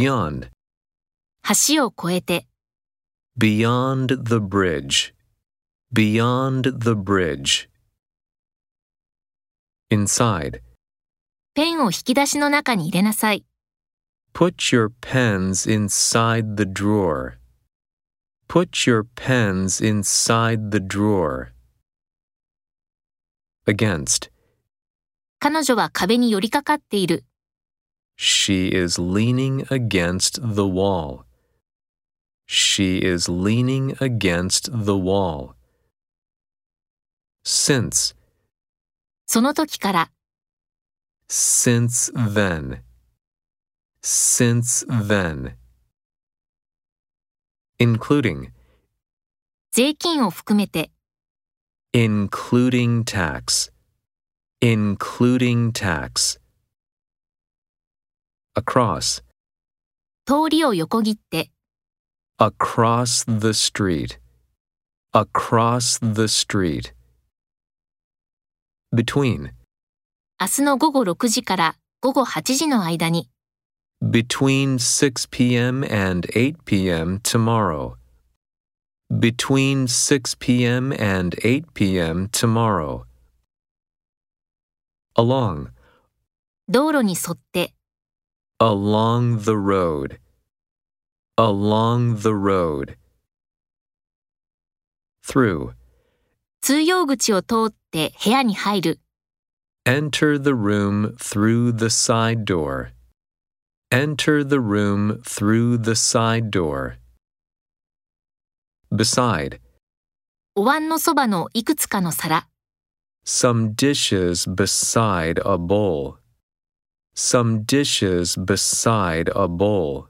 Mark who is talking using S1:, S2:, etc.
S1: Beyond.
S2: 橋を越えて、
S1: Beyond the bridge. Beyond the bridge. Inside.
S2: ペンを引き出しの中に入れなさい。
S1: Put your pens inside the drawer. Put your pens inside the drawer. Against.
S2: 彼女は壁に寄りかかっている。
S1: She is leaning against the wall. She is leaning against the wall. Since,
S2: その時から、
S1: since then. Since then. Including,
S2: 税金を含めて、
S1: including tax. Including tax. Across,
S2: 通りを横切って、
S1: across the street. Across the street. Between.
S2: 明日の午後6時から午後8時の間に、
S1: Between 6 p.m. and 8 p.m. tomorrow. Between 6 p.m. and 8 p.m. tomorrow. Along.
S2: 道路に沿って、
S1: Along the road. Along the road. Through.
S2: 通用口を通って部屋に入る。
S1: Enter the room through the side door. Enter the room through the side door. Beside.
S2: お椀のそばのいくつかの皿、
S1: Some dishes beside a bowl. Some dishes beside a bowl.